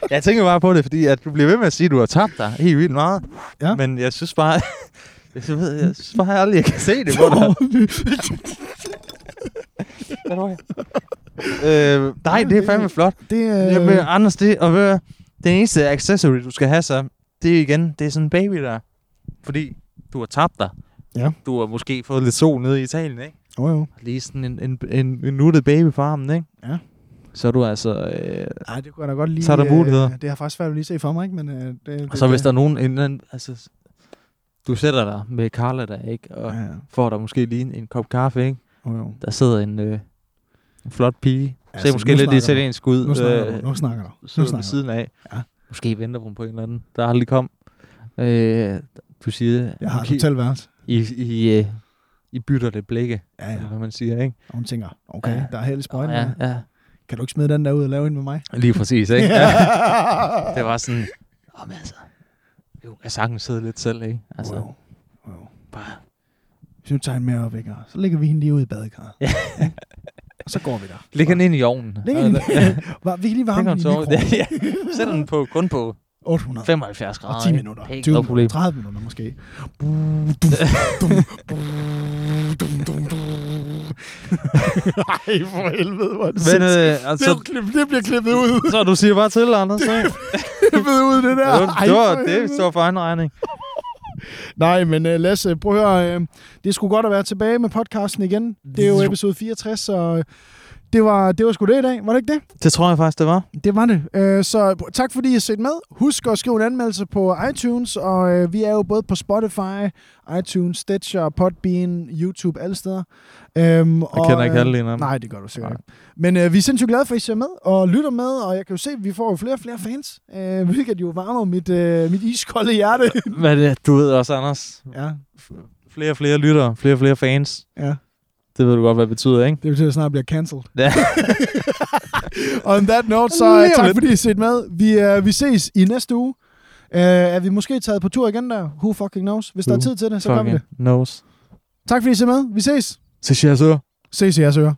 jeg tænker bare på det, fordi at du bliver ved med at sige, at du har tabt dig helt vildt meget. Ja. Men jeg synes bare... Jeg synes, jeg synes bare aldrig, jeg kan se det på dig. Hvad var jeg? Øh, nej, det er fandme flot. Det, øh... Jamen, Anders, det, og ved, den eneste accessory, du skal have så, det er igen, det er sådan en baby der. Fordi du har tabt dig. Ja. Du har måske fået lidt sol nede i Italien, ikke? Jo, jo. Lige sådan en, en, en, en nuttet baby på armen, ikke? Ja. Så er du altså... Øh, Ej, det kunne jeg da godt lige... Så er der muligheder. Øh, det har faktisk svært at lige se for mig, ikke? Men, øh, det, det, og så hvis der er nogen... En, eller anden- altså, du sætter dig med Carla der, ikke? Og Ja, ja. får dig måske lige en, en kop kaffe, ikke? Jo, jo. Der sidder en, øh, en flot pige. Altså, Altså, nu ser måske lidt snakker du. italiensk ud. Nu snakker øh, du. Nu snakker du. Nu sidder ved snakker du. siden af. Ja. Måske venter hun på en eller anden, der aldrig kom. Øh, du siger, Jeg har et okay, hotelværelse. I, I, øh, I bytter det blikke, Ja, ja. ja. eller hvad man siger, ikke? Og hun tænker, okay, Ja. der er helt sprøjt. ja, ja. Kan du ikke smide den der ud og lave en med mig? Lige præcis, ikke? Ja. ja. Det var sådan, åh, men altså, jo, jeg sagtens sidde lidt selv, ikke? Altså, Wow. Wow. bare, Hvis nu tager en mere op, ikke? Og Så lægger vi hende lige ud i badekarret. Ja. og så går vi der. læg den ind i ovnen. Læg Og hende. der- Ja, Var, vi kan lige varme læg den den i så over. mikroen. Ja, Sæt den på, kun på 800. 75 grader. Og 10 ikke? minutter. Helt 20 no problem. minutter. 30 minutter måske. Nej, for helvede, hvor er det Men sindssygt. øh, altså, det, klip, det bliver klippet ud. så du siger bare til, Anders, ikke? klippet ud, det der. Ja, det, Ej, det, for var, det helvede. står for egen regning. Nej, men uh, Lasse, prøv at høre. Uh, det skulle godt at være tilbage med podcasten igen. Det er jo episode 64, og Det var, det var sgu det i dag, var det ikke det? Det tror jeg faktisk, det var. Det var det. Øh, så tak fordi I har set med. Husk at skrive en anmeldelse på iTunes, og øh, vi er jo både på Spotify, iTunes, Stitcher, Podbean, YouTube, alle steder. Øhm, jeg kender ikke alle en af dem. Nej, det gør du sikkert Nej. ikke. Men øh, vi er sindssygt glade for, at I ser med og lytter med, og jeg kan jo se, at vi får jo flere og flere fans, øh, hvilket jo varmer mit, øh, mit iskolde hjerte. Hvad er det? Du ved også, Anders. ja, Flere og flere lyttere, flere og flere fans. ja. Det ved du godt, hvad det betyder, ikke? Det betyder, at jeg snart bliver cancelled. Ja. On that note, så øh, Lige tak om lidt. fordi I har set med. Vi, øh, vi ses i næste uge. Øh, er vi måske taget på tur igen der? Who fucking knows? Hvis der er Who tid til det, så gør vi det. Knows. Tak fordi I ser med. Vi ses. Så siger jeg så. Ses i jeres ører.